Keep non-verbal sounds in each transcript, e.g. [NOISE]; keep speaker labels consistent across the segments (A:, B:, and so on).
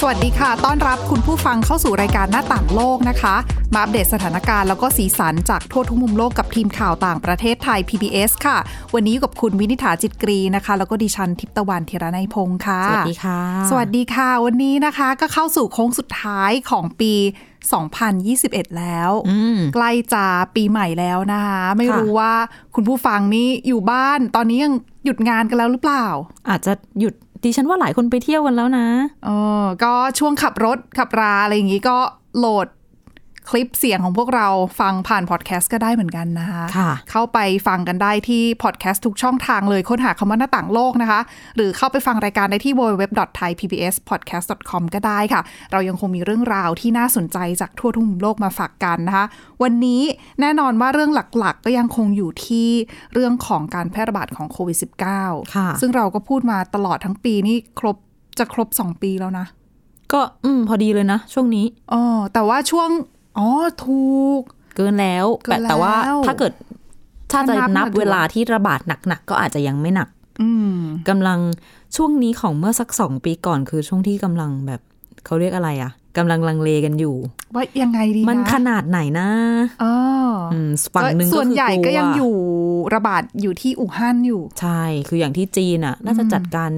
A: สวัสดีค่ะ ต้อนรับคุณผู้ฟังเข้าสู่รายการหน้าต่างโลกนะคะ มาอัปเดตสถานการณ์แล้วก็สีสันจากทั่วทุกมุมโลกกับทีมข่าวต่างประเทศไทย PBS ค่ะ วันนี้อยู่กับคุณวินิษฐาจิตกรีนะคะ แล้วก็ดิฉันทิพย์ตะวันเทระนัยพงค์ค่ะ
B: สวัสดีค่ะ
A: สวัสดีค่ะ วันนี้นะคะก็เข้าสู่โค้งสุดท้ายของปี 2021 แล้ว
B: อืม
A: ใกล้จะปีใหม่แล้วนะคะ ไม่
B: ค่ะ
A: รู้ว่าคุณผู้ฟังนี่อยู่บ้านตอนนี้ยังหยุดงานกันแล้วหรือเปล่า
B: อาจจะหยุดดิฉันว่าหลายคนไปเที่ยวกันแล้วนะ
A: เออก็ช่วงขับรถขับราอะไรอย่างนี้ก็โหลดคลิปเสียงของพวกเราฟังผ่านพอดแคสต์ก็ได้เหมือนกันนะคะ
B: ค่ะ
A: เข้าไปฟังกันได้ที่พอดแคสต์ทุกช่องทางเลยค้นหาคำว่าหน้าต่างโลกนะคะ หรือเข้าไปฟังรายการได้ที่ www.thaipbspodcast.com ก็ได้ค่ะ เรายังคงมีเรื่องราวที่น่าสนใจจากทั่วทุกมุมโลกมาฝากกันนะคะ วันนี้แน่นอนว่าเรื่องหลักๆ ก็ยังคงอยู่ที่เรื่องของการแพร่ระบาดของโควิด -19
B: ค่ะ
A: ซึ่งเราก็พูดมาตลอดทั้งปีนี่ครบจะครบ 2 ปีแล้วนะ
B: ก็อืมพอดีเลยนะ ช่วงนี้
A: อ๋อแต่ว่าช่วง อ๋อ ถูก
B: เกินแล้ว
A: เกิน
B: แต่แต่ว่า
A: แล้ว
B: ถ้าเกิด ถ้าจะ
A: ถ้านั
B: นั
A: บบ น่ะ
B: เวลาที่ระบาดหนักๆ ก็อาจจะยังไม่หนัก
A: อืม
B: กำลังช่วงนี้ของเมื่อสักสองปีก่อนคือช่วงที่กำลังแบบเขาเรียกอะไรอะกำลังลังเลกันอยู่
A: ว่ายังไงดีนะ
B: มันขนาดไหนนะ
A: อ๋อ
B: อืมฝั่งหนึ่งก็คือ
A: ส่วนใหญ่ก็ยัง
B: ลัว
A: อยู่ระบาดอยู่ที่อู่ฮั่นอยู่
B: ใช่ คืออย่างที่จีนน่ะ น่าจะจัดการ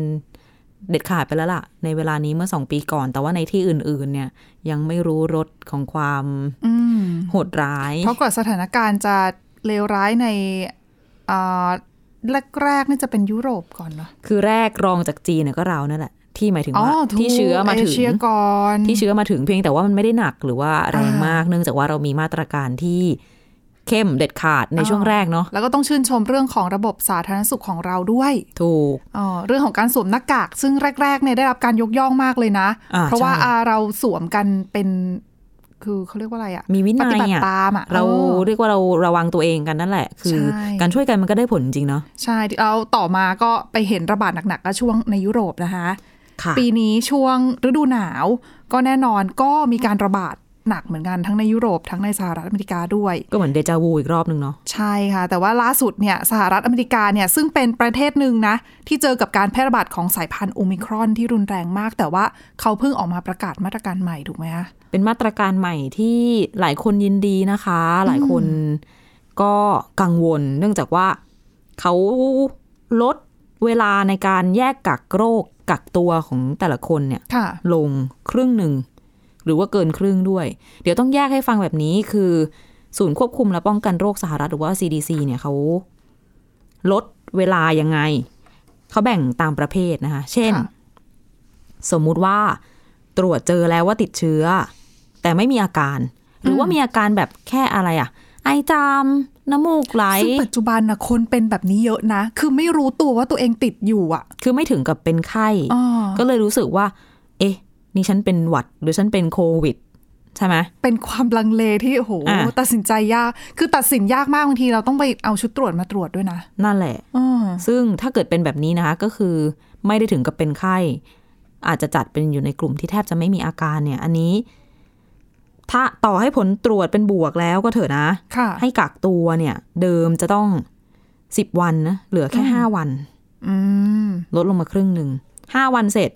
B: เด็ดขาดไปแล้วล่ะ ในเวลานี้เมื่อสองปีก่อน แต่ว่าในที่อื่น ๆ เนี่ย ยังไม่รู้รสของความ
A: อืม
B: โหดร้าย
A: เพราะกว่าสถานการณ์จะเลวร้ายในอ่าแรกๆนี่จะเป็นยุโรปก่อนเนาะ
B: คือแรกรองจากจีนเนี่ยก็เรานั่นแหละ ที่หมายถึง
A: อ๋อ
B: ว่า
A: ถูก
B: ที่เชื้อมาถึง
A: เชียก่อน
B: ที่เชื้อมาถึงเพียงแต่ว่ามันไม่ได้หนักหรือว่าแรง
A: อ่าม
B: มาก เนื่องจากว่าเรามีมาตรการที่เข้มเด็ดขาดในช่วงแรกเนาะ
A: แล้วก็ต้องชื่นชมเรื่องของระบบสาธารณสุขของเราด้วย
B: ถูก
A: อ๋อเรื่องของการสวมหน้ากาก ซึ่งแรกๆเนี่ยได้รับการยกย่องมากเลยนะ
B: อ่า
A: เพราะว่า
B: ใช่
A: อ่าเราสวมกันเป็น คือเขาเรียกว่าอะไรอะ
B: มีวิ
A: ป
B: นั
A: ฏิ
B: ย
A: บัติ
B: อ่ะ
A: ตามอะ
B: เรา
A: ออ
B: เรียกว่าเราระวังตัวเองกันนั่นแหละ คือ
A: ใช่
B: การช่วยกันมันก็ได้ผลจริงเนาะ
A: ใช่เราต่อมาก็ไปเห็นระบาดหนักๆก็ช่วงในยุโรปนะคะ
B: ค่ะ
A: ปีนี้ช่วงฤดูหนาว ก็แน่นอนก็มีการระบาดหนักเหมือนกันทั้งในยุโรปทั้งในสหรัฐอเมริกาด้วย
B: ก็เหมือนเดจาวูอีกรอบหนึ่งเนาะ
A: ใช่ค่ะ แต่ว่าล่าสุดเนี่ยสหรัฐอเมริกาเนี่ยซึ่งเป็นประเทศหนึ่งนะ ที่เจอกับการแพร่ระบาดของสายพันธุ์โอมิครอนที่รุนแรงมาก แต่ว่าเขาเพิ่งออกมาประกาศมาตรการใหม่ถูกไหมคะ
B: เป็นมาตรการใหม่ที่หลายคนยินดีนะคะ หลายคนก็กังวล เนื่องจากว่าเขาลดเวลาในการแยกกักโรคกักตัวของแต่ละคนเนี่ย
A: ค่ะ
B: ลงครึ่งหนึ่ง หรือว่าเกินครึ่งด้วย เดี๋ยวต้องแยกให้ฟังแบบนี้คือ ศูนย์ควบคุมและป้องกันโรคสหรัฐหรือว่า CDC เนี่ยเขาลดเวลายังไง เขาแบ่งตามประเภทนะคะ เช่น
A: ค่ะ
B: สมมุติว่าตรวจเจอแล้วว่าติดเชื้อ แต่ไม่มีอาการ หรือว่ามีอาการแบบแค่อะไรอะไอจามน้ำมูกไหล
A: ซึ่งปัจจุบันนะคนเป็นแบบนี้เยอะนะ คือไม่รู้ตัวว่าตัวเองติดอยู่อ่ะ
B: คือไม่ถึงกับเป็นไข้
A: อ๋อ
B: ก็เลยรู้สึกว่า เอ๊ะ นี่ฉันเป็นหวัด หรือฉันเป็นโควิด ใช่ไหม
A: เป็นความลังเลที่โอ้โห
B: อ่ะ
A: ตัดสินใจยาก คือตัดสินยากมากบางทีเราต้องไปเอาชุดตรวจมาตรวจด้วยนะ
B: นั่นแหละ
A: อ๋อ
B: ซึ่งถ้าเกิดเป็นแบบนี้นะคะ ก็คือไม่ได้ถึงกับเป็นไข้ อาจจะจัดเป็นอยู่ในกลุ่มที่แทบจะไม่มีอาการเนี่ย อันนี้ ถ้าต่อให้ผลตรวจเป็นบวกแล้วก็เถอะนะ
A: ค่ะ
B: ให้กักตัวเนี่ย เดิมจะต้องสิบวันนะเหลือแค่ห้าวัน
A: อืม
B: ลดลงมาครึ่งหนึ่งห้าวันเสร็จ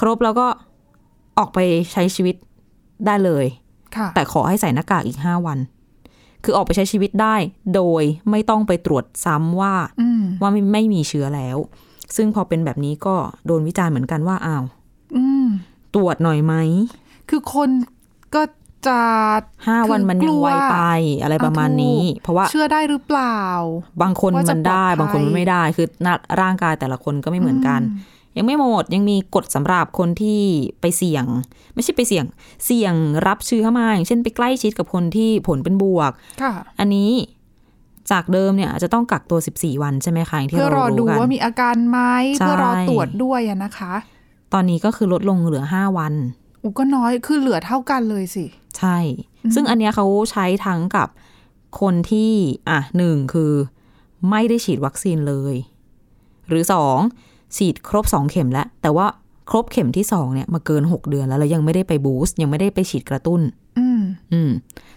B: ครบแล้วก็ออกไปใช้ชีวิตได้เลย
A: ค่ะ
B: แต่ขอให้ใส่หน้ากากอีกห้าวัน คือออกไปใช้ชีวิตได้ โดยไม่ต้องไปตรวจซ้ำว่า
A: อืม
B: ว่าไม่ไม่มีเชื้อแล้ว ซึ่งพอเป็นแบบนี้ก็โดนวิจารณ์เหมือนกันว่าอ้าว
A: อืม
B: ตรวจหน่อยไหม
A: คือคนก็จะ
B: ห้า
A: คือ
B: วันมันยังไวไปอะไรประมาณนี้
A: เอาถูก
B: เพราะว่า
A: เชื่อได้หรือเปล่า
B: บางคน
A: ว่าจะ
B: มันได้
A: ปลอดภัย
B: บางคนมันไม่ได้ คือหน้าร่างกายแต่ละคนก็ไม่เหมือนกัน ยังไม่หมดยังมีกฎสำหรับคนที่ไปเสี่ยง ไม่ใช่ไปเสี่ยง เสี่ยงรับเชื้อมาอย่างเช่นไปใกล้ชิดกับคนที่ผลเป็นบวก
A: ค่ะ
B: อันนี้จากเดิมเนี่ยอาจจะต้องกักตัว 14 วันใช่ไหมคะย่างที่
A: เพื่อรอดู
B: กัน
A: ว่ามีอาการไหม
B: ใช่
A: เพื่อรอตรวจด้วยอะนะคะ
B: ตอนนี้ก็คือลดลงเหลือ 5 วัน
A: อูก็น้อยคือเหลือเท่ากันเลยสิ
B: ใช่ ซึ่งอันเนี้ยเขาใช้ทั้งกับคนที่อ่ะหนึ่งคือไม่ได้ฉีดวัคซีนเลย หรือสองฉีดครบสองเข็มแล้ว แต่ว่า ครบเข็มที่สองเนี่ยมาเกินหกเดือนแล้วแล้วยังไม่ได้ไปบูสต์ยังไม่ได้ไปฉีดกระตุ้น
A: อืม
B: อืม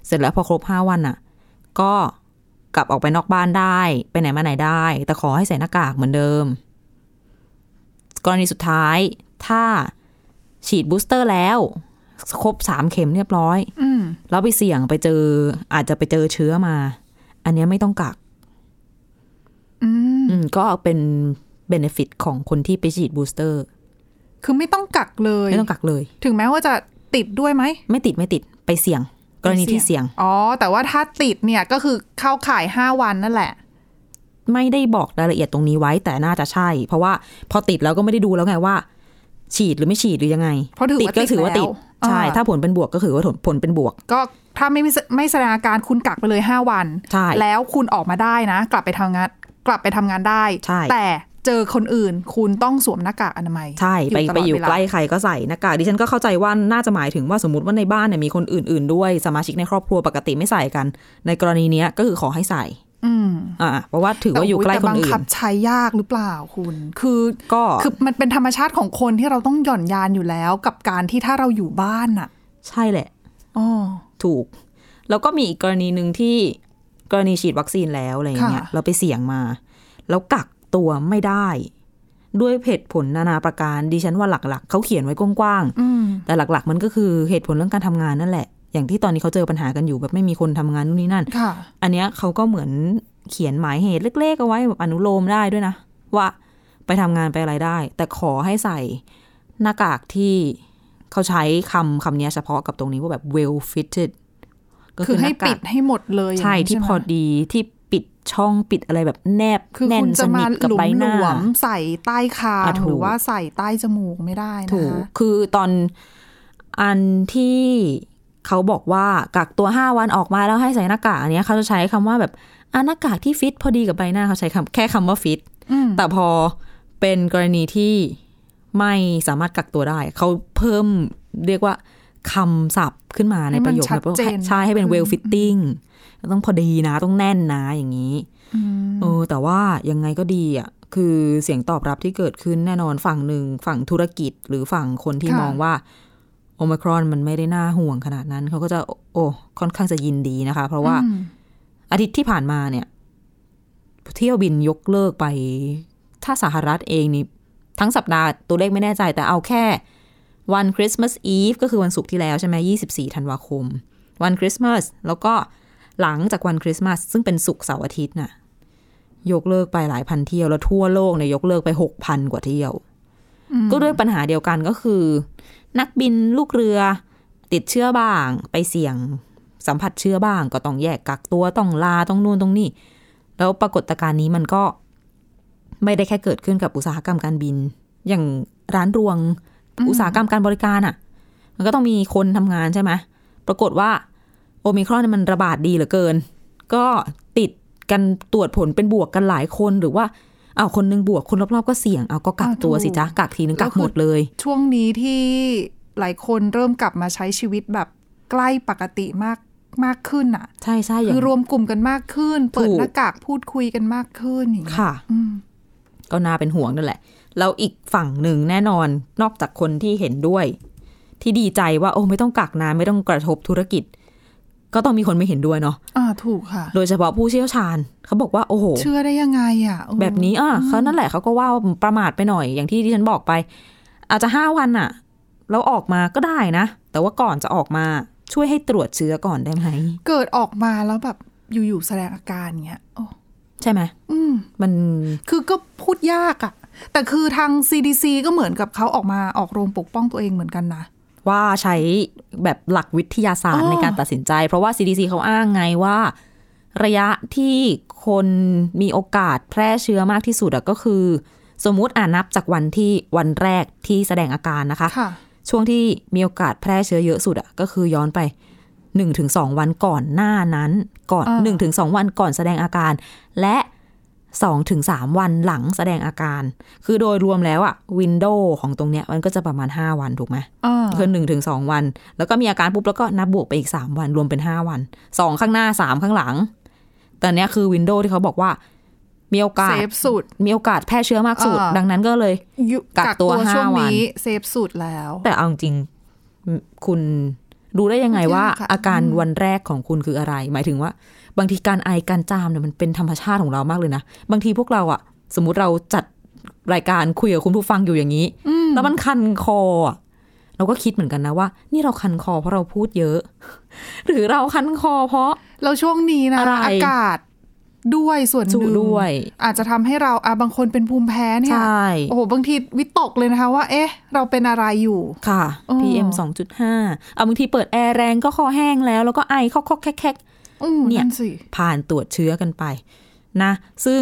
B: เสร็จแล้วพอครบห้าวันอ่ะ ก็กลับออกไปนอกบ้านได้ ไปไหนมาไหนได้ แต่ขอให้ใส่หน้ากากเหมือนเดิม กรณีสุดท้าย ถ้าฉีดบูสเตอร์แล้ว ครบสามเข็มเรียบร้อย
A: อืม
B: แล้วไปเสี่ยงไปเจอ อาจจะไปเจอเชื้อมา อันเนี้ยไม่ต้องกัก
A: อืม
B: อืมก็เป็นเบนฟิตของคนที่ไปฉีดบูสเตอร์
A: คือไม่ต้องกักเลย
B: ไม่ต้องกักเลย
A: ถึงแม้ว่าจะติดด้วยไหม
B: ไม่ติดไม่ติดไปเสี่ยง กรณีที่เสี่ยง
A: อ๋อ แต่ว่าถ้าติดเนี่ยก็คือเข้าข่าย 5 วันนั่นแหละ
B: ไม่ได้บอกรายละเอียดตรงนี้ไว้แต่น่าจะใช่ เพราะว่าพอติดแล้วก็ไม่ได้ดูแล้วไงว่า ฉีดหรือไม่ฉีดหรือยังไง
A: เพราะถือ
B: ติด
A: ว่า
B: ก็
A: ติด
B: ถือว่า
A: แล้ว
B: ติดใช่
A: อ่า
B: ถ้าผลเป็นบวกก็คือว่าผลผลเป็นบวก
A: ก็ถ้าไม่ไม่แสดงอาการคุณกักไปเลย 5 วัน
B: ใช่
A: แล้วคุณออกมาได้นะ กลับไปทำงาน กลับไปทำงานได้
B: ใช่
A: แต่เจอคนอื่นคุณต้องสวมหน้ากากอนามัย
B: ใช่ไป
A: ตลด
B: ไปอยู่
A: เวลา
B: ใกล้ใครก็ใส่หน้ากากดิฉันก็เข้าใจว่าน่าจะหมายถึงว่าสมมติว่าในบ้านเนี่ยมีคนอื่น ๆ ด้วยสมาชิกในครอบครัวปกติไม่ใส่กัน ในกรณีเนี้ยก็คือขอให้ใส่
A: อืม
B: อ่าเพราะว่าถือว่าอยู่ใกล้ค
A: แต่
B: นอื่
A: บังคับ
B: น
A: ใช้ยากหรือเปล่าคุณ คือ
B: ก็
A: คือมันเป็นธรรมชาติของคนที่เราต้องหย่อนยานอยู่แล้ว กับการที่ถ้าเราอยู่บ้านน่ะ
B: ใช่แหละ
A: อ๋อ
B: ถูก แล้วก็มีอีกกรณีหนึ่งที่กรณีฉีดวัคซีนแล้วอะไรอย่างเงี้ย
A: ค่ะ
B: เราไปเสี่ยงมา แล้วกักตัวไม่ได้ ด้วยเหตุผลนานาประการดิฉันว่าหลักๆ เขาเขียนไว้กว้าง
A: อืม
B: ๆแต่หลักๆ มันก็คือเหตุผลเรื่องการทำงานนั่นแหละ อย่างที่ตอนนี้เขาเจอปัญหากันอยู่แบบไม่มีคนทำงานนู่นนี่นั่น
A: ค่ะ
B: อันเนี้ยเขาก็เหมือนเขียนหมายเหตุเล็กๆเอาไว้แบบอนุโลมได้ด้วยนะ ว่าไปทำงานไปอะไรได้ แต่ขอให้ใส่หน้ากากที่เขาใช้คำคำเนี้ยเฉพาะกับตรงนี้ว่าแบบ well fitted ก็
A: คือให้
B: น้ากาก
A: ปิดให้หมดเลย
B: ใช่ที่พอ
A: อย่างนี้ใช่ไหม
B: ดีที่ปิดช่องปิดอะไรแบบแนบ
A: คือ
B: แน่
A: คุ
B: น
A: ณ
B: ส
A: จะ
B: นิ
A: มา
B: ท
A: ห
B: กับ
A: ลุ
B: ใบ
A: มหล
B: หน้า
A: วมใส่ใต้คาง
B: อ่ะถูก
A: หรือว่าใส่ใต้จมูกไม่ได้นะ
B: ถูก
A: คะ
B: คือตอนอันที่เขาบอกว่ากักตัวห้าวันออกมาแล้วให้ใส่หน้ากากอันเนี้ยเขาจะใช้คำว่าแบบอ่ะหน้ากากที่ฟิตพอดีกับใบหน้าเขาใช้คำแค่คำว่าฟิต
A: อืม
B: แต่พอเป็นกรณีที่ไม่สามารถกักตัวได้ เขาเพิ่มเรียกว่าคำศัพท์ขึ้นมาในประโยคแบบว่าใช่ให้เป็น well fitting ต้องพอดีนะ ต้องแน่นนะอย่างนี้
A: อืม
B: เออแต่ว่ายังไงก็ดีอ่ะคือเสียงตอบรับที่เกิดขึ้นแน่นอนฝั่งหนึ่งฝั่งธุรกิจหรือฝั่งคนที่มองว่าโอมครอนมันไม่ได้น่าห่วงขนาดนั้น เขาก็จะโอ้ค่อนข้างจะยินดีนะคะ เพราะว่า
A: อืม
B: อาทิตย์ที่ผ่านมาเนี่ย เที่ยวบินยกเลิกไป ถ้าสหรัฐเองนี่ ทั้งสัปดาห์ตัวเลขไม่แน่ใจแต่เอาแค่ วันคริสต์มาสอีฟก็คือวันศุกร์ที่แล้วใช่ไหม24 ธันวาคม วันคริสต์มาสแล้วก็หลังจากวันคริสต์มาสซึ่งเป็นศุกร์เสาร์อาทิตย์น่ะ ยกเลิกไปหลายพันเที่ยวแล้วทั่วโลกเนี่ยยกเลิกไป 6,000 กว่าเที่ยว ก็ด้วยปัญหาเดียวกันก็คือ นักบินลูกเรือ ติดเชื้อบ้าง ไปเสี่ยงสัมผัสเชื้อบ้าง ก็ต้องแยกกักตัวต้องลาต้องนู่นต้องนี่ แล้วปรากฏการณ์นี้มันก็ไม่ได้แค่เกิดขึ้นกับอุตสาหกรรมการบิน อย่างร้านรวง อุตสาหกรรมการบริการอะ่ะ มันก็ต้องมีคนทำงานใช่ไหมปรากฏว่าโอมิครอนเนยมันระบาดดีเหลือเกิน ก็ติดกันตรวจผลเป็นบวกกันหลายคนหรือว่าเอาวคนหนึงบวกคนรอบๆก็เสี่ยงเอาก็กักตัวสิจ๊ะกักทีนึงกักหมดเลย
A: ช่วงนี้ที่หลายคนเริ่มกลับมาใช้ชีวิตแบบใกล้ปกติมากมากขึ้นอ่ะ
B: ใช่ใช่อย่า
A: คื
B: ง
A: อรวมกลุ่มกันมากขึ้น เปิด
B: ถูก
A: หน้ากากพูดคุยกันมากขึ้นอย่างเงี้ย
B: ค่ะ
A: อืม
B: ก็น่าเป็นห่วงนั่นแหละ แล้วอีกฝั่งหนึ่งแน่นอนนอกจากคนที่เห็นด้วย ที่ดีใจว่าโอ้ไม่ต้องกักนานไม่ต้องกระทบธุรกิจ ก็ต้องมีคนไม่เห็นด้วยเนาะ
A: อ่าถูกค่ะ
B: โดยเฉพาะผู้เชี่ยวชาญ เขาบอกว่าโอ้โห
A: เชื่อได้ยังไงอ่ะเออ
B: แบบนี้อ่ะเขานั่นแหละเขาก็ว่าประมาทไปหน่อยอย่างที่ที่ฉันบอกไป อาจจะห้าวันอ่ะ เราออกมาก็ได้นะ แต่ว่าก่อนจะออกมาช่วยให้ตรวจเชื้อก่อนได้ไหม
A: เกิดออกมาแล้วแบบอยู่ๆแสดงอาการเงี้ยโอ้
B: ใช่ไหม
A: อืม
B: มัน
A: คือก็พูดยากอ่ะ แต่คือทาง CDC ก็เหมือนกับเขาออกมาออกโรงปกป้องตัวเองเหมือนกันนะ
B: ว่าใช้แบบหลักวิทยาศาสตร์
A: อ๋อ
B: ในการตัดสินใจ เพราะว่า CDC เขาอ้างไงว่า ระยะที่คนมีโอกาสแพร่เชื้อมากที่สุดอะก็คือ สมมุติอ่านับจากวันที่วันแรกที่แสดงอาการนะคะ
A: ค่ะ
B: ช่วงที่มีโอกาสแพร่เชื้อเยอะสุดอะก็คือย้อนไป1นถึงสวันก่อนหน้านั้น ก่อน
A: อ่า
B: 1นถึงสวันก่อนแสดงอาการ และ2ถึงสวันหลังแสดงอาการ คือโดยรวมแล้วอะวินโดว์ของตรงเนี้ยมันก็จะประมาณ 5 วันถูกไหม
A: อ่า
B: คือหนึ่งถึงสวัน แล้วก็มีอาการปุ๊บแล้วก็นับบวกไปอีก 3 วันรวมเป็น 5 วัน 2 ข้างหน้า 3 ข้างหลัง แต่เนี้ยคือวินโดว์ที่เขาบอกว่า มีโอกา
A: เซ
B: ส
A: ฟสุด
B: มีโอกาสแพร่เชื้อมากสุด
A: อ่า
B: ดังนั้นก็เลย
A: ยุ
B: กักตัวห้า
A: ช่วง
B: วัน
A: นี้เซฟสุดแล้ว
B: แต่เอาจริงๆคุณรู้ได้ยังไงว่า
A: ยากอะ
B: อาการวันแรกของคุณคืออะไร หมายถึงว่า บางทีการไอการจามเนี่ยมันเป็นธรรมชาติของเรามากเลยนะ บางทีพวกเราอะสมมุติเราจัดรายการคุยกับคุณผู้ฟังอยู่อย่างนี้ แล้วมันคันคออะเราก็คิดเหมือนกันนะว่า นี่เราคันคอเพราะเราพูดเยอะ [LAUGHS] หรือเราคันคอเพราะ
A: แล้วช่วงนี้นะ
B: อะไร
A: อากาศด้วยส่วนห
B: จุ
A: นึ่ง
B: ด้วย
A: อาจจะทำให้เราอะบางคนเป็นภูมิแพ้เนี่ย
B: ใช่
A: โอ้โหบางทีวิตกเลยนะคะว่า เอ๊ะ เราเป็นอะไรอยู่
B: ค่ะ
A: อ๋อ
B: PM 2.5เอาบางทีเปิดแอร์แรงก็คอแห้งแล้ว แล้วก็ไอคอกๆแคกๆ
A: อืม
B: เนี่ย
A: นั่นสิ
B: ผ่านตรวจเชื้อกันไปนะ ซึ่ง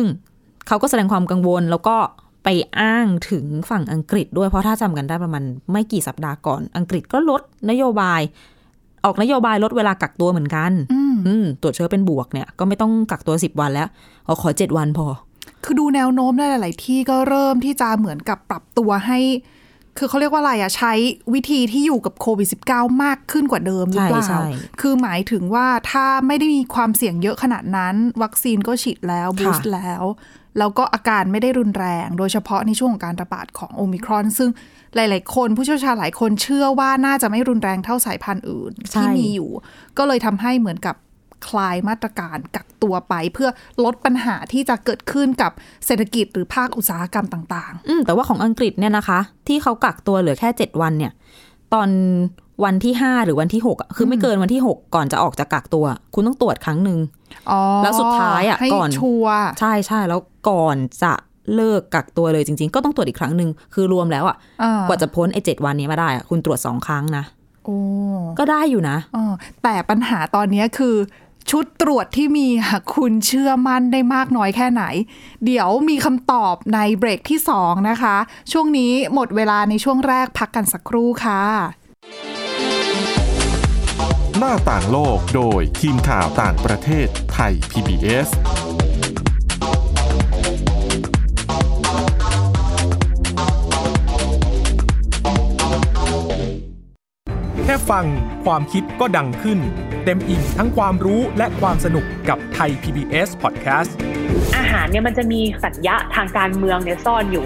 B: เขาก็แสดงความกังวลแล้วก็ไปอ้างถึงฝั่งอังกฤษด้วยเพราะถ้าจำกันได้ประมาณไม่กี่สัปดาห์ก่อน อังกฤษก็ลดนโยบาย ออกนโยบายลดเวลากักตัวเหมือนกัน
A: อืม
B: อืมตรวจเชื้อเป็นบวกเนี่ย ก็ไม่ต้องกักตัวสิบวันแล้วเอาขอเจ็ดวันพอ
A: คือดูแนวโน้มได้หลาย ๆ ที่ก็เริ่มที่จะเหมือนกับปรับตัวให้ คือเขาเรียกว่าอะไรอะใช้วิธีที่อยู่กับโควิด -19 มากขึ้นกว่าเดิมหรือเปล่า
B: ใช่ใช่
A: คือหมายถึงว่าถ้าไม่ได้มีความเสี่ยงเยอะขนาดนั้น วัคซีนก็ฉีดแล้วบูส
B: ค่ะ
A: ต์แล้ว แล้วก็อาการไม่ได้รุนแรง โดยเฉพาะในช่วงของการระบาดของโอมิครอน ซึ่งหลาย ๆ คนผู้เชี่ยวชาญหลายคนเชื่อว่าน่าจะไม่รุนแรงเท่าสายพันธุ์อื่น ที่มีอยู่ ก็เลยทำให้เหมือนกับคลายมาตรการกักตัวไป เพื่อลดปัญหาที่จะเกิดขึ้นกับเศรษฐกิจหรือภาคอุตสาหกรรมต่าง
B: อืมแต่ว่าของอังกฤษเนี่ยนะคะ ที่เขากักตัวเหลือแค่ 7 วันเนี่ย ตอนวันที่ 5 หรือวันที่ 6 อ่ะ คือไม่เกินวันที่ 6 ก่อนจะออกจากกักตัว คุณต้องตรวจครั้งหนึ่ง
A: ๆ อ๋อ
B: แล้วสุดท้ายอะ
A: ให้
B: ก่อน
A: ชัวร์
B: ใช่ใช่แล้วก่อนจะเลิกกักตัวเลยจริง ๆ ก็ต้องตรวจอีกครั้งหนึ่งคือรวมแล้วอ่ะ
A: อ่าก
B: ว่าจะพ้นไอ้เจ็ดวันนี้มาได้อ่ะคุณตรวจสองครั้งนะ
A: โอ้
B: ก็ได้อยู่นะ
A: ออแต่ปัญหาตอนนี้คือ ชุดตรวจที่มีค่ะคุณเชื่อมั่นได้มากน้อยแค่ไหน เดี๋ยวมีคำตอบในเบรกที่ 2 นะคะ ช่วงนี้หมดเวลาในช่วงแรกพักกันสักครู่ค่ะ
C: หน้าต่างโลกโดยทีมข่าวต่างประเทศไทย PBS
D: แค่ฟังความคิดก็ดังขึ้น เต็มอิ่งทั้งความรู้และความสนุกกับไทย PBS Podcast
E: อาหารเนี่ยมันจะมีสัญญะทางการเมืองเนี่ยซ่อนอยู่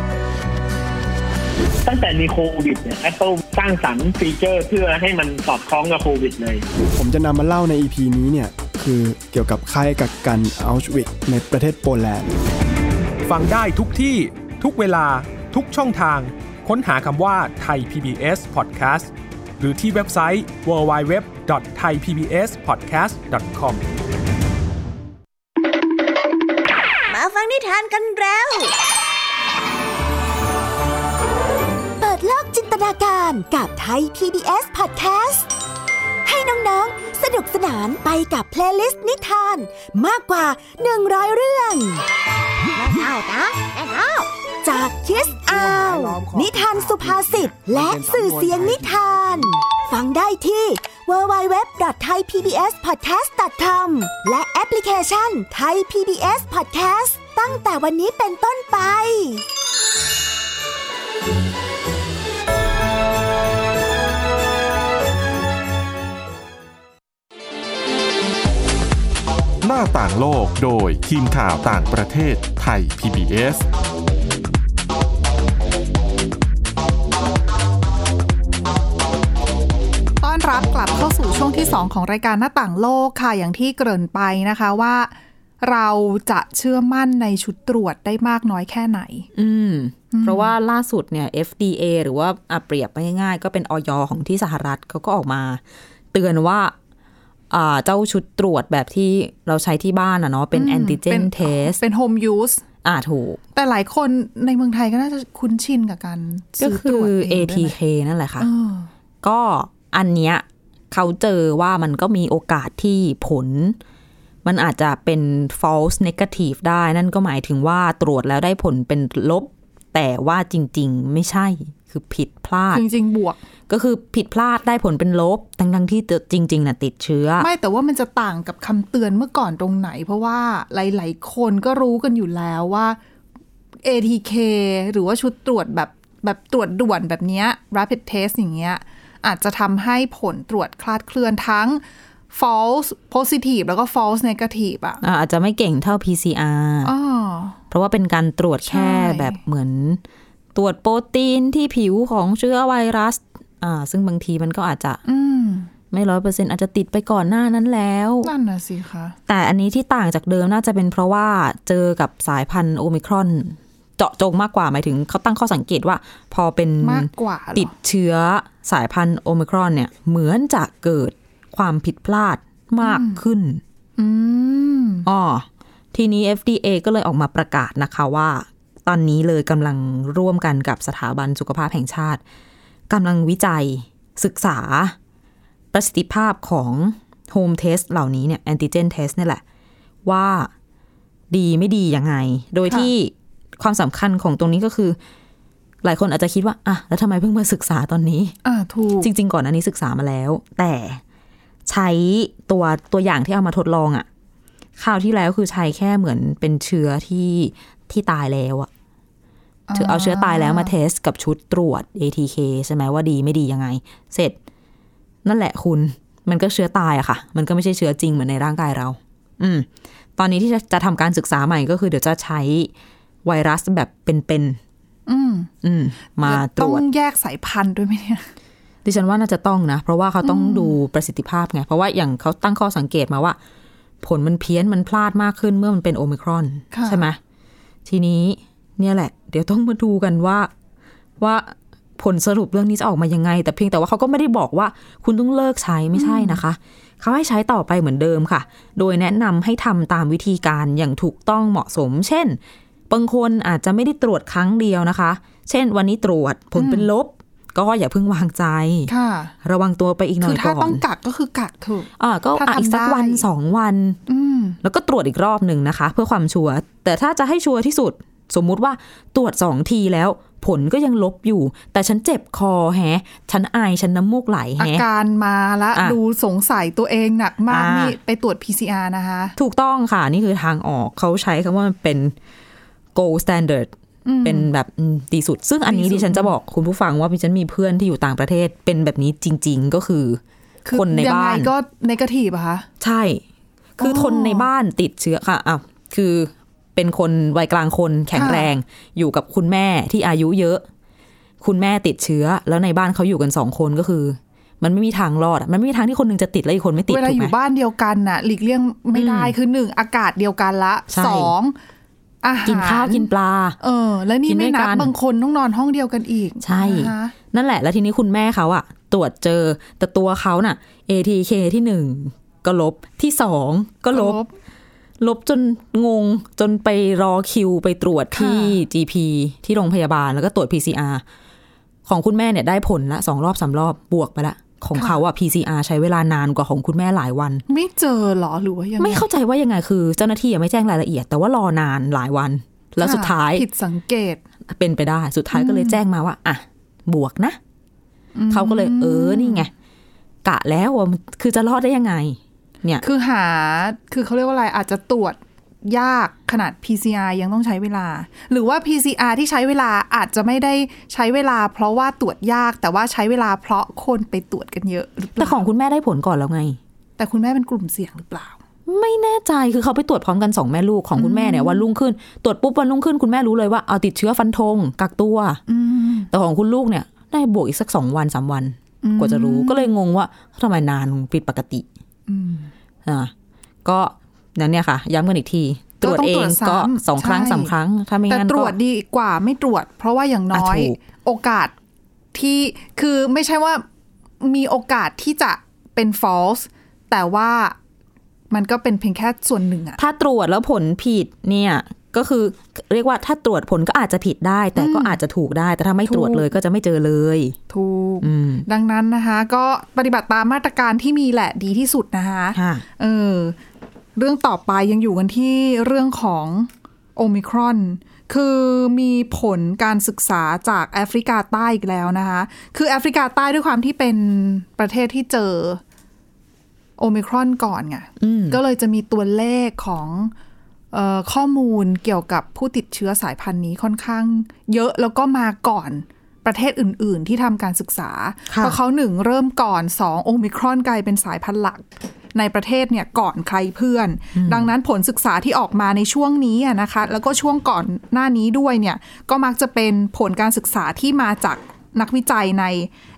F: ตั้งแต่มีโควิดเนี่ย Apple สร้างสรรค์ฟีเจอร์เพื่อให้มันสอดคล้องกับโควิดเลย
G: ผมจะนำมาเล่าใน EP นี้เนี่ย คือเกี่ยวกับค่ายกักกันอัลชวิกในประเทศโปแลนด์
D: ฟังได้ทุกที่ ทุกเวลา ทุกช่องทาง ค้นหาคำว่าไทย PBS Podcast หรือที่เว็บไซต์ www.thaipbspodcast.com
H: มาฟังนิทานกันแล้ว เปิดโลกจินตนาการกับไทย PBS Podcast ให้น้องๆ สนุกสนานไปกับเพลย์ลิสต์นิทาน มากกว่า 100 เรื่องเอานะเอาจากคิสอาวนิทานสุภาษิตและสื่อเสียงนิทาน ฟังได้ที่ www.thaipbspodcast.com และแอปพลิเคชัน Thai PBS Podcast ตั้งแต่วันนี้เป็นต้นไป
C: หน้าต่างโลกโดยทีมข่าวต่างประเทศไทย PBS
A: ต้อนรับกลับเข้าสู่ช่วงที่ 2 ของรายการหน้าต่างโลกค่ะ อย่างที่เกริ่นไปนะคะว่า เราจะเชื่อมั่นในชุดตรวจได้มากน้อยแค่ไหน
B: อืม เพราะว่าล่าสุดเนี่ย FDA หรือว่าอ่ะเปรียบไปง่ายๆ ก็เป็นออยของที่สหรัฐเขาก็ออกมา เตือนว่าอ่าเจ้าชุดตรวจแบบที่เราใช้ที่บ้านอะเนาะเป็นแอนติเจ
A: เป็น น
B: เทส
A: เป็น home use
B: อ่าถูก
A: แต่หลายคนในเมืองไทยก็น่าจะคุ้นชินกับการ
B: ก็
A: ซื้อ
B: คื
A: ตร
B: อ
A: วจเองด้วยไหม
B: ATK นั่นแหละค่ะ
A: เออ
B: ก็อันเนี้ยเขาเจอว่ามันก็มีโอกาสที่ผล มันอาจจะเป็น false negative ได้ นั่นก็หมายถึงว่าตรวจแล้วได้ผลเป็นลบ แต่ว่าจริง ๆ ไม่ใช่ คือผิดพลาด
A: จริงๆบวก
B: ก็คือผิดพลาดได้ผลเป็นลบทั้งทั้งๆที่จริงๆน่ะติดเชื้อ
A: ไม่แต่ว่ามันจะต่างกับคำเตือนเมื่อก่อนตรงไหน เพราะว่าหลาย ๆ คนก็รู้กันอยู่แล้วว่า ATK หรือว่าชุดตรวจแบบแบบตรวจด่วนแบบเนี้ย rapid test อย่างเงี้ยอาจจะทำให้ผลตรวจคลาดเคลื่อนทั้ง false positive แล้วก็ false negative อ่ะ
B: อ่าอาจจะไม่เก่งเท่า PCR
A: อ๋อ
B: เพราะว่าเป็นการตรวจแค่
A: ใช่
B: แบบเหมือน ตรวจโปรตีนที่ผิวของเชื้อไวรัส อ่า ซึ่งบางทีมันก็อาจจะ
A: อืม
B: ไม่ร้อยเปอร์เซ็นอาจจะติดไปก่อนหน้านั้นแล้ว
A: นั่นน่ะสิคะ
B: แต่อันนี้ที่ต่างจากเดิมน่าจะเป็นเพราะว่าเจอกับสายพันธุ์โอมิครอน เจาะจงมากกว่าหมายถึงเขาตั้งข้อสังเกตว่า พอเป็น
A: มากกว่าเหรอ
B: ติดเชื้อสายพันธุ์โอมิครอนเนี่ย เหมือนจะเกิดความผิดพลาดมากขึ้น
A: อืม
B: อ๋อทีนี้ FDA ก็เลยออกมาประกาศนะคะว่า ตอนนี้เลยกำลังร่วมกันกับสถาบันสุขภาพแห่งชาติกำลังวิจัยศึกษา ประสิทธิภาพของโฮมเทสเหล่านี้เนี่ยแอนติเจนเทสเนี่ยแหละ ว่าดีไม่ดียังไง โดย
A: ค่ะ
B: ที่ความสำคัญของตรงนี้ก็คือ หลายคนอาจจะคิดว่าอ่ะแล้วทำไมเพิ่งมาศึกษาตอนนี้
A: อ่าถูก
B: จริง ๆ ก่อนอันนี้ศึกษามาแล้ว แต่ใช้ตัวตัวอย่างที่เอามาทดลองอะคราวที่แล้วคือใช้แค่เหมือนเป็นเชื้อที่ที่ตายแล้วอะถือเอาเชื้อตายแล้วมาเทสกับชุดตรวจ ATK ใช่ไหมว่าดีไม่ดียังไง เสร็จ นั่นแหละคุณ มันก็เชื้อตายอะค่ะ มันก็ไม่ใช่เชื้อจริงเหมือนในร่างกายเรา อืม ตอนนี้ที่จะจะทำการศึกษาใหม่ก็คือเดี๋ยวจะใช้ไวรัสแบบเป็น
A: อืม
B: ๆอืม มาตร
A: ต้อง
B: วจ
A: แยกสายพันธุ์ด้วยไหมเนี่ย
B: ดิฉันว่าน่าจะต้องนะ เพราะว่าเขาต้องดูประสิทธิภาพไง เพราะว่าอย่างเขาตั้งข้อสังเกตมาว่า ผลมันเพี้ยนมันพลาดมากขึ้นเมื่อมันเป็นโอมิครอน
A: ค่ะ
B: ใช่ไหมทีนี้เนี่ยแหละ เดี๋ยวต้องมาดูกันว่าว่าผลสรุปเรื่องนี้จะออกมายังไง แต่เพียงแต่ว่าเขาก็ไม่ได้บอกว่าคุณต้องเลิกใช้ไม่ใช่นะคะ เขาให้ใช้ต่อไปเหมือนเดิมค่ะ โดยแนะนำให้ทำตามวิธีการอย่างถูกต้องเหมาะสม เช่น บางคนอาจจะไม่ได้ตรวจครั้งเดียวนะคะ เช่น วันนี้ตรวจผลเป็นลบ ก็อย่าเพิ่งวางใจ
A: ค่ะ
B: ระวังตัวไปอีกหน่
A: คือ อย ถ้า
B: ก่
A: ต้
B: อ
A: อน งกักก็คือกักเถูก
B: อ่าก็
A: ถ้า
B: อ่ะอีกสัก
A: ทำได้
B: วันสองวัน
A: อืม
B: แล้วก็ตรวจอีกรอบหนึ่งนะคะ เพื่อความชัวร์แต่ถ้าจะให้ชัวร์ที่สุด สมมุติว่าตรวจสองทีแล้ว ผลก็ยังลบอยู่ แต่ฉันเจ็บคอแฮะ ฉันอายฉันน้ำมูกไหล
A: อา
B: แฮะ
A: การมาแล้ว
B: อ่ะ
A: ดูสงสัยตัวเองหนักมาก
B: อ่านี่
A: นี่ไปตรวจ PCR นะคะ
B: ถูกต้องค่ะ นี่คือทางออกเขาใช้คำว่ามันเป็น gold standard
A: อืม
B: เป็นแบบอืมดีสุด ซึ่งอันนี้
A: ดีสุด
B: ดิฉันจะบอกคุณผู้ฟังว่าดิฉันมีเพื่อนที่อยู่ต่างประเทศเป็นแบบนี้จริง ๆ ก็คือ
A: คือ
B: คนใน
A: ยัง
B: บ้า
A: ไง
B: น
A: ก็นกาทีฟอะคะ
B: ใช่ คืออ
A: อ
B: ทนในบ้านติดเชื้อค่ะอ่ะคือเป็นคนวัยกลางคนแข็งแรง อยู่กับคุณแม่ที่อายุเยอะ คุณแม่ติดเชื้อ แล้วในบ้านเขาอยู่กันสองคนก็คือ มันไม่มีทางรอดอะมันไม่มีทางที่คนหนึงจะติดแล้วอีกคนไม่ติด
A: เวลาอ
B: ถูกไหม
A: ยู่บ้านเดียวกันน่ะ หลีกเลี่ยงไม่ได้คือหนึ่งอากาศเดียวกันละ
B: ใช่
A: สองอาหาร
B: กินข้าวกินปลา
A: เออ แล้วนี่
B: กินด้
A: ไม่
B: วย
A: นับ
B: กัน
A: บางคนต้องนอนห้องเดียวกันอีก
B: ใช่
A: นะคะ
B: นั่นแหละ แล้วทีนี้คุณแม่เขาอะตรวจเจอ แต่ตัวเขาน่ะ ATK ที่หนึ่งก็ลบ ที่สองก็ลบ ลบจนงงจนไปรอคิวไปตรวจที่ GP ที่โรงพยาบาลแล้วก็ตรวจ PCR ของคุณแม่เนี่ยได้ผลละสองรอบสามรอบบวกไปละ ของเขาอะ PCR ใช้เวลานานกว่าของคุณแม่หลายวัน
A: ไม่เจอเหรอหรือว่ายังง
B: ไม่เข้าใจว่ายังไงคือ เจ้าหน้าที่ยังไม่แจ้งรายละเอียด แต่ว่ารอนานหลายวัน แล้วสุดท้าย
A: ผิดสังเกต
B: เป็นไปได้สุดท้ายก็เลยแจ้งมาว่า อ่ะ บวกนะ เขาก็เลยเออนี่ไง กะแล้วว่ามันคือจะรอดได้ยังไง เนี่ย
A: คือหาคือเขาเรียกว่าอะไรอาจจะตรวจยากขนาด PCR ยังต้องใช้เวลา หรือว่า PCR ที่ใช้เวลาอาจจะไม่ได้ใช้เวลา เพราะว่าตรวจยากแต่ว่าใช้เวลาเพราะคนไปตรวจกันเยอะหรือเป
B: แต่
A: ล่า
B: ของคุณแม่ได้ผลก่อนแล้วไง
A: แต่คุณแม่เป็นกลุ่มเสี่ยงหรือเปล่า
B: ไม่แน่ใจคือเขาไปตรวจพร้อมกันสองแม่ลูกของคุณแม่เนี่ยวันรุ่งขึ้น ตรวจปุ๊บวันรุ่งขึ้นคุณแม่รู้เลยว่าเอาติดเชื้อฟันธงกักตัว
A: อืม
B: แต่ของคุณลูกเนี่ยได้บวกอีกสักสองวันสามวัน
A: อืม
B: กว่าจะรู้ก็เลยงงว่าทำไมนานผิดปกติ
A: อืม
B: อ่าก็นั้นเนี่ยค่ะ ย้ำกันอีกที ต
A: ก็
B: รวจ
A: ต้อง
B: เอ
A: ตรว
B: ง
A: จ
B: ก็
A: ซ้ำ
B: สองครั้ง
A: ใช่
B: สามครั้ง ถ้าไม่
A: แต่
B: งั้น
A: ตร
B: ก็
A: วจดีกว่าไม่ตรวจ เพราะว่าอย่างน้อย
B: อ่ะถูก
A: โอกาสที่คือไม่ใช่ว่ามีโอกาสที่จะเป็น false แต่ว่ามันก็เป็นเพียงแค่ส่วนหนึ่งอะ
B: ถ้าตรวจแล้วผลผิดเนี่ยก็คือเรียกว่าถ้าตรวจผลก็อาจจะผิดได้ แต่ก็อาจจะถูกได้ แต่ถ้าไม่ตรวจ
A: ถูก
B: เลยก็จะไม่เจอเลย
A: ถูก
B: อืม
A: ดังนั้นนะคะ ก็ปฏิบัติตามมาตรการที่มีแหละดีที่สุดนะคะ
B: ค่ะ
A: เออเรื่องต่อไปยังอยู่กันที่เรื่องของโอมิครอน คือมีผลการศึกษาจากแอฟริกาใต้อีกแล้วนะคะ คือแอฟริกาใต้ด้วยความที่เป็นประเทศที่เจอโอมิครอนก่อนไง ก็เลยจะมีตัวเลขของเออข้อมูลเกี่ยวกับผู้ติดเชื้อสายพันธุ์นี้ค่อนข้างเยอะแล้วก็มาก่อนประเทศอื่น ๆ ที่ทำการศึกษา เพราะเขาหนึ่งเริ่มก่อนสองโอมิครอนกลายเป็นสายพันธุ์หลัก ในประเทศเนี่ยก่อนใครเพื่อน ดังนั้นผลศึกษาที่ออกมาในช่วงนี้อะนะคะ แล้วก็ช่วงก่อนหน้านี้ด้วยเนี่ยก็มักจะเป็นผลการศึกษาที่มาจากนักวิจัยใน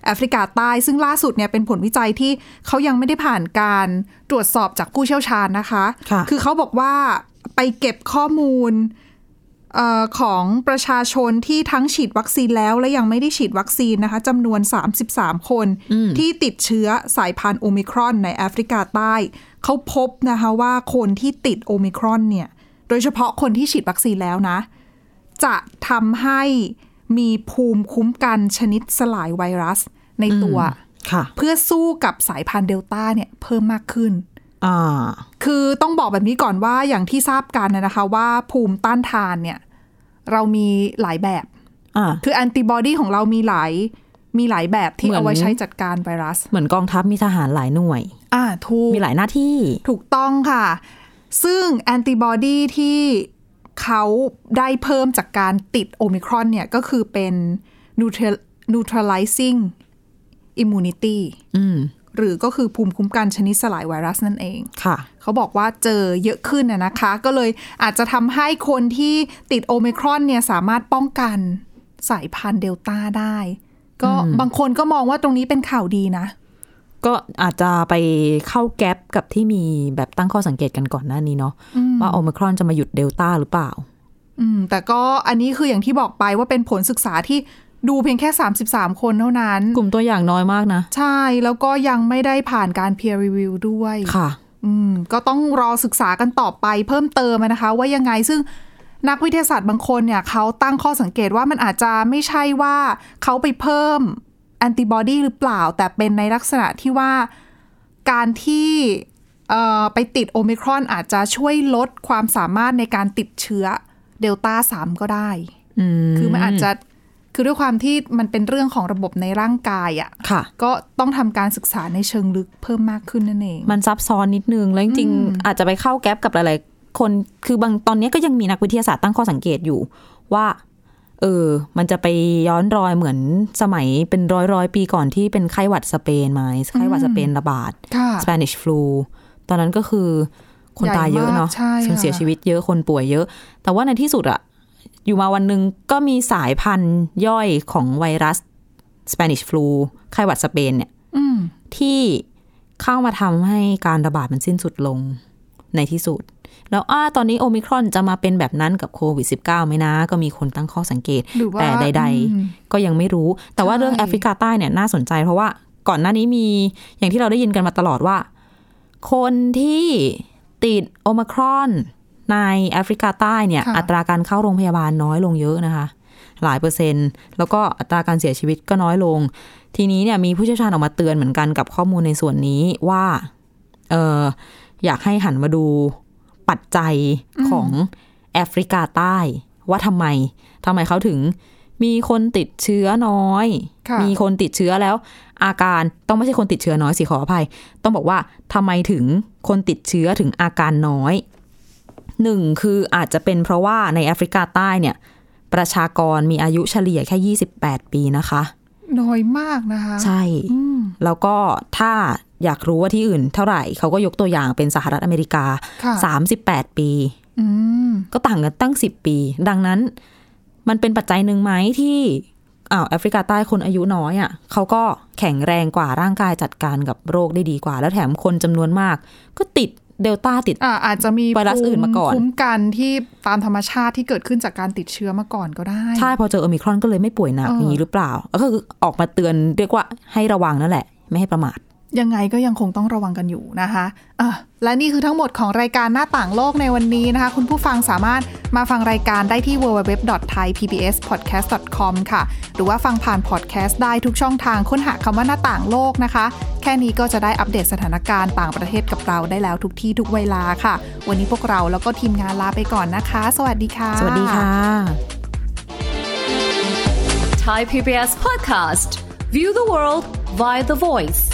A: แอฟริกาใต้ ซึ่งล่าสุดเนี่ยเป็นผลวิจัยที่เขายังไม่ได้ผ่านการตรวจสอบจากผู้เชี่ยวชาญนะคะ
B: ค่ะ
A: อเขาบอกว่าไปเก็บข้อมูล เออของประชาชนที่ทั้งฉีดวัคซีนแล้วและยังไม่ได้ฉีดวัคซีนนะคะจำนวน 33 คน ที่ติดเชื้อสายพันธุ์โอมิครอนในแอฟริกาใต้ เขาพบนะคะว่าคนที่ติดโอมิครอนเนี่ย โดยเฉพาะคนที่ฉีดวัคซีนแล้วนะ จะทำให้มีภูมิคุ้มกันชนิดสลายไวรัสในตัว
B: ค่ะ
A: เพื่อสู้กับสายพันธุ์เดลต้าเนี่ยเพิ่มมากขึ้น
B: อ่า
A: คือต้องบอกแบบนี้ก่อนว่าอย่างที่ทราบกันนะนะคะว่าภูมิต้านทานเนี่ย เรามีหลายแบบ
B: อ่า
A: คือแอนติบอดีของเรามีหลายมีหลายแบบที่
B: เหมือน
A: เอาไว้ใช้จัดการไวรัส
B: เหมือนกองทัพมีทหารหลายหน่วย
A: อ่าถูก
B: มีหลายหน้าที่
A: ถูกต้องค่ะ ซึ่งแอนติบอดีที่เขาได้เพิ่มจากการติดโอมิครอนเนี่ยก็คือเป็น neutral neutralizing immunity
B: อืม
A: หรือก็คือภูมิคุ้มกันชนิดสลายไวรัสนั่นเอง
B: ค่ะ
A: เขาบอกว่าเจอเยอะขึ้นนะนะคะ ก็เลยอาจจะทำให้คนที่ติดโอมิครอนเนี่ยสามารถป้องกันสายพันธุ์เดลต้าได้ ก็บางคนก็มองว่าตรงนี้เป็นข่าวดีนะ
B: ก็อาจจะไปเข้าแก๊ปกับที่มีแบบตั้งข้อสังเกตกันก่อนหน้านี้เนาะว่าโอมครอนจะมาหยุดเดลต้าหรือเปล่า
A: อืม แต่ก็อันนี้คืออย่างที่บอกไปว่าเป็นผลศึกษาที่ดูเพียงแค่ 33 คนเท่านั้น
B: กลุ่มตัวอย่างน้อยมากนะ
A: ใช่แล้วก็ยังไม่ได้ผ่านการ peer review ด้วย
B: ค่ะ
A: อืมก็ต้องรอศึกษากันต่อไปเพิ่มเติมอะนะคะ ว่ายังไงซึ่งนักวิทยาศาสตร์บางคนเนี่ยเขาตั้งข้อสังเกตว่ามันอาจจะไม่ใช่ว่าเขาไปเพิ่มแอนติบอดีหรือเปล่า แต่เป็นในลักษณะที่ว่าการที่เอ่อไปติดโอมิครอนอาจจะช่วยลดความสามารถในการติดเชื้อเดลต้าซ้ำก็ได้
B: อืม
A: คือมันอาจจะคือด้วยความที่มันเป็นเรื่องของระบบในร่างกายอะ่ะ
B: ค่ะ
A: ก็ต้องทำการศึกษาในเชิงลึกเพิ่มมากขึ้นนั่นเอง
B: มันซับซ้อนนิดนึง แล้วจริงๆอาจจะไปเข้าแก๊ปกับหลายๆ คน คือบางตอนนี้ก็ยังมีนักวิทยาศาสตร์ตั้งข้อสังเกตอยู่ ว่า เออ มันจะไปย้อนรอยเหมือนสมัยเป็นร้อยร้อยๆปีก่อนที่เป็นไข้หวัดสเปนไหมไข้หวัดสเปนระบาด
A: ค่ะ
B: Spanish flu ตอนนั้นก็คือคน
A: ใหญ่
B: ตายเยอะเนาะ
A: มากใช่
B: คนเสีย
A: ค่ะ
B: ชีวิตเยอะคนป่วยเยอะ แต่ว่าในที่สุดอะอยู่มาวันหนึ่งก็มีสายพันธุ์ย่อยของไวรัส Spanish flu ไข้หวัดสเปนเนี่ย
A: อืม
B: ที่เข้ามาทำให้การระบาดมันสิ้นสุดลงในที่สุด แล้วอาตอนนี้โอมิครอนจะมาเป็นแบบนั้นกับโควิด -19 ไหมนะ ก็มีคนตั้งข้อสังเกต
A: หรือว่า
B: แต่ใด
A: อืม
B: ๆ ก็ยังไม่รู้ แต่ว่า
A: ใช่
B: เรื่องแอฟริกาใต้เนี่ยน่าสนใจเพราะว่าก่อนหน้านี้มีอย่างที่เราได้ยินกันมาตลอดว่า คนที่ติดโอมครอนในแอฟริกาใต้เนี่ย
A: ค่ะ
B: อัตราการเข้าโรงพยาบาลน้อยลงเยอะนะคะ หลายเปอร์เซ็นต์ แล้วก็อัตราการเสียชีวิตก็น้อยลง ทีนี้เนี่ยมีผู้เชี่ยวชาญออกมาเตือนเหมือนกันกับข้อมูลในส่วนนี้ว่าเอออยากให้หันมาดูปัจจัยของแอฟริกาใต้ ว่าทำไมทำไมเขาถึงมีคนติดเชื้อน้อย
A: ค่ะ
B: มีคนติดเชื้อแล้ว อาการต้องไม่ใช่คนติดเชื้อน้อยสิขออภัย ต้องบอกว่าทำไมถึงคนติดเชื้อถึงอาการน้อยหนึ่งคืออาจจะเป็นเพราะว่าในแอฟริกาใต้เนี่ย ประชากรมีอายุเฉลี่ยแค่ 28 ปีนะคะ
A: น้อยมากนะคะ
B: ใช่
A: อืม
B: แล้วก็ถ้าอยากรู้ว่าที่อื่นเท่าไหร่ เขาก็ยกตัวอย่างเป็นสหรัฐอเมริกา
A: ค่ะ
B: 38 ปี
A: อืม
B: ก็ต่างกันตั้ง 10 ปี ดังนั้นมันเป็นปัจจัยหนึ่งไหมที่อ้าวแอฟริกาใต้คนอายุน้อยอะ่ะเขาก็แข็งแรงกว่าร่างกายจัดการกับโรคได้ดีกว่า แล้วแถมคนจำนวนมาก ก็ติดเดลต้าติด
A: อ่าอาจจะมี
B: ไวรัสอื่นมาก่อน
A: ภูคุ้มกันที่ตามธรรมชาติที่เกิดขึ้นจากการติดเชื้อมาก่อนก็ได้
B: ใช่พอเจอโอมิครอนก็เลยไม่ป่วยหนัก
A: เอออ
B: ย่างนี้หรือเปล่า ก็คือออกมาเตือนเรียกว่าให้ระวังนั่นแหละ ไม่ให้ประมาท
A: ยังไงก็ยังคงต้องระวังกันอยู่นะคะอ่ะและนี่คือทั้งหมดของรายการหน้าต่างโลกในวันนี้นะคะ คุณผู้ฟังสามารถมาฟังรายการได้ที่ www.thaipbspodcast.com ค่ะ หรือว่าฟังผ่านพอดแคสต์ได้ทุกช่องทางค้นหาคำว่าหน้าต่างโลกนะคะ แค่นี้ก็จะได้อัปเดตสถานการณ์ต่างประเทศกับเราได้แล้วทุกที่ทุกเวลาค่ะ วันนี้พวกเราแล้วก็ทีมงานลาไปก่อนนะคะ สวัสดีค่ะ
B: สวัสดีค่ะ
I: Thai PBS podcast. View the world via the voice.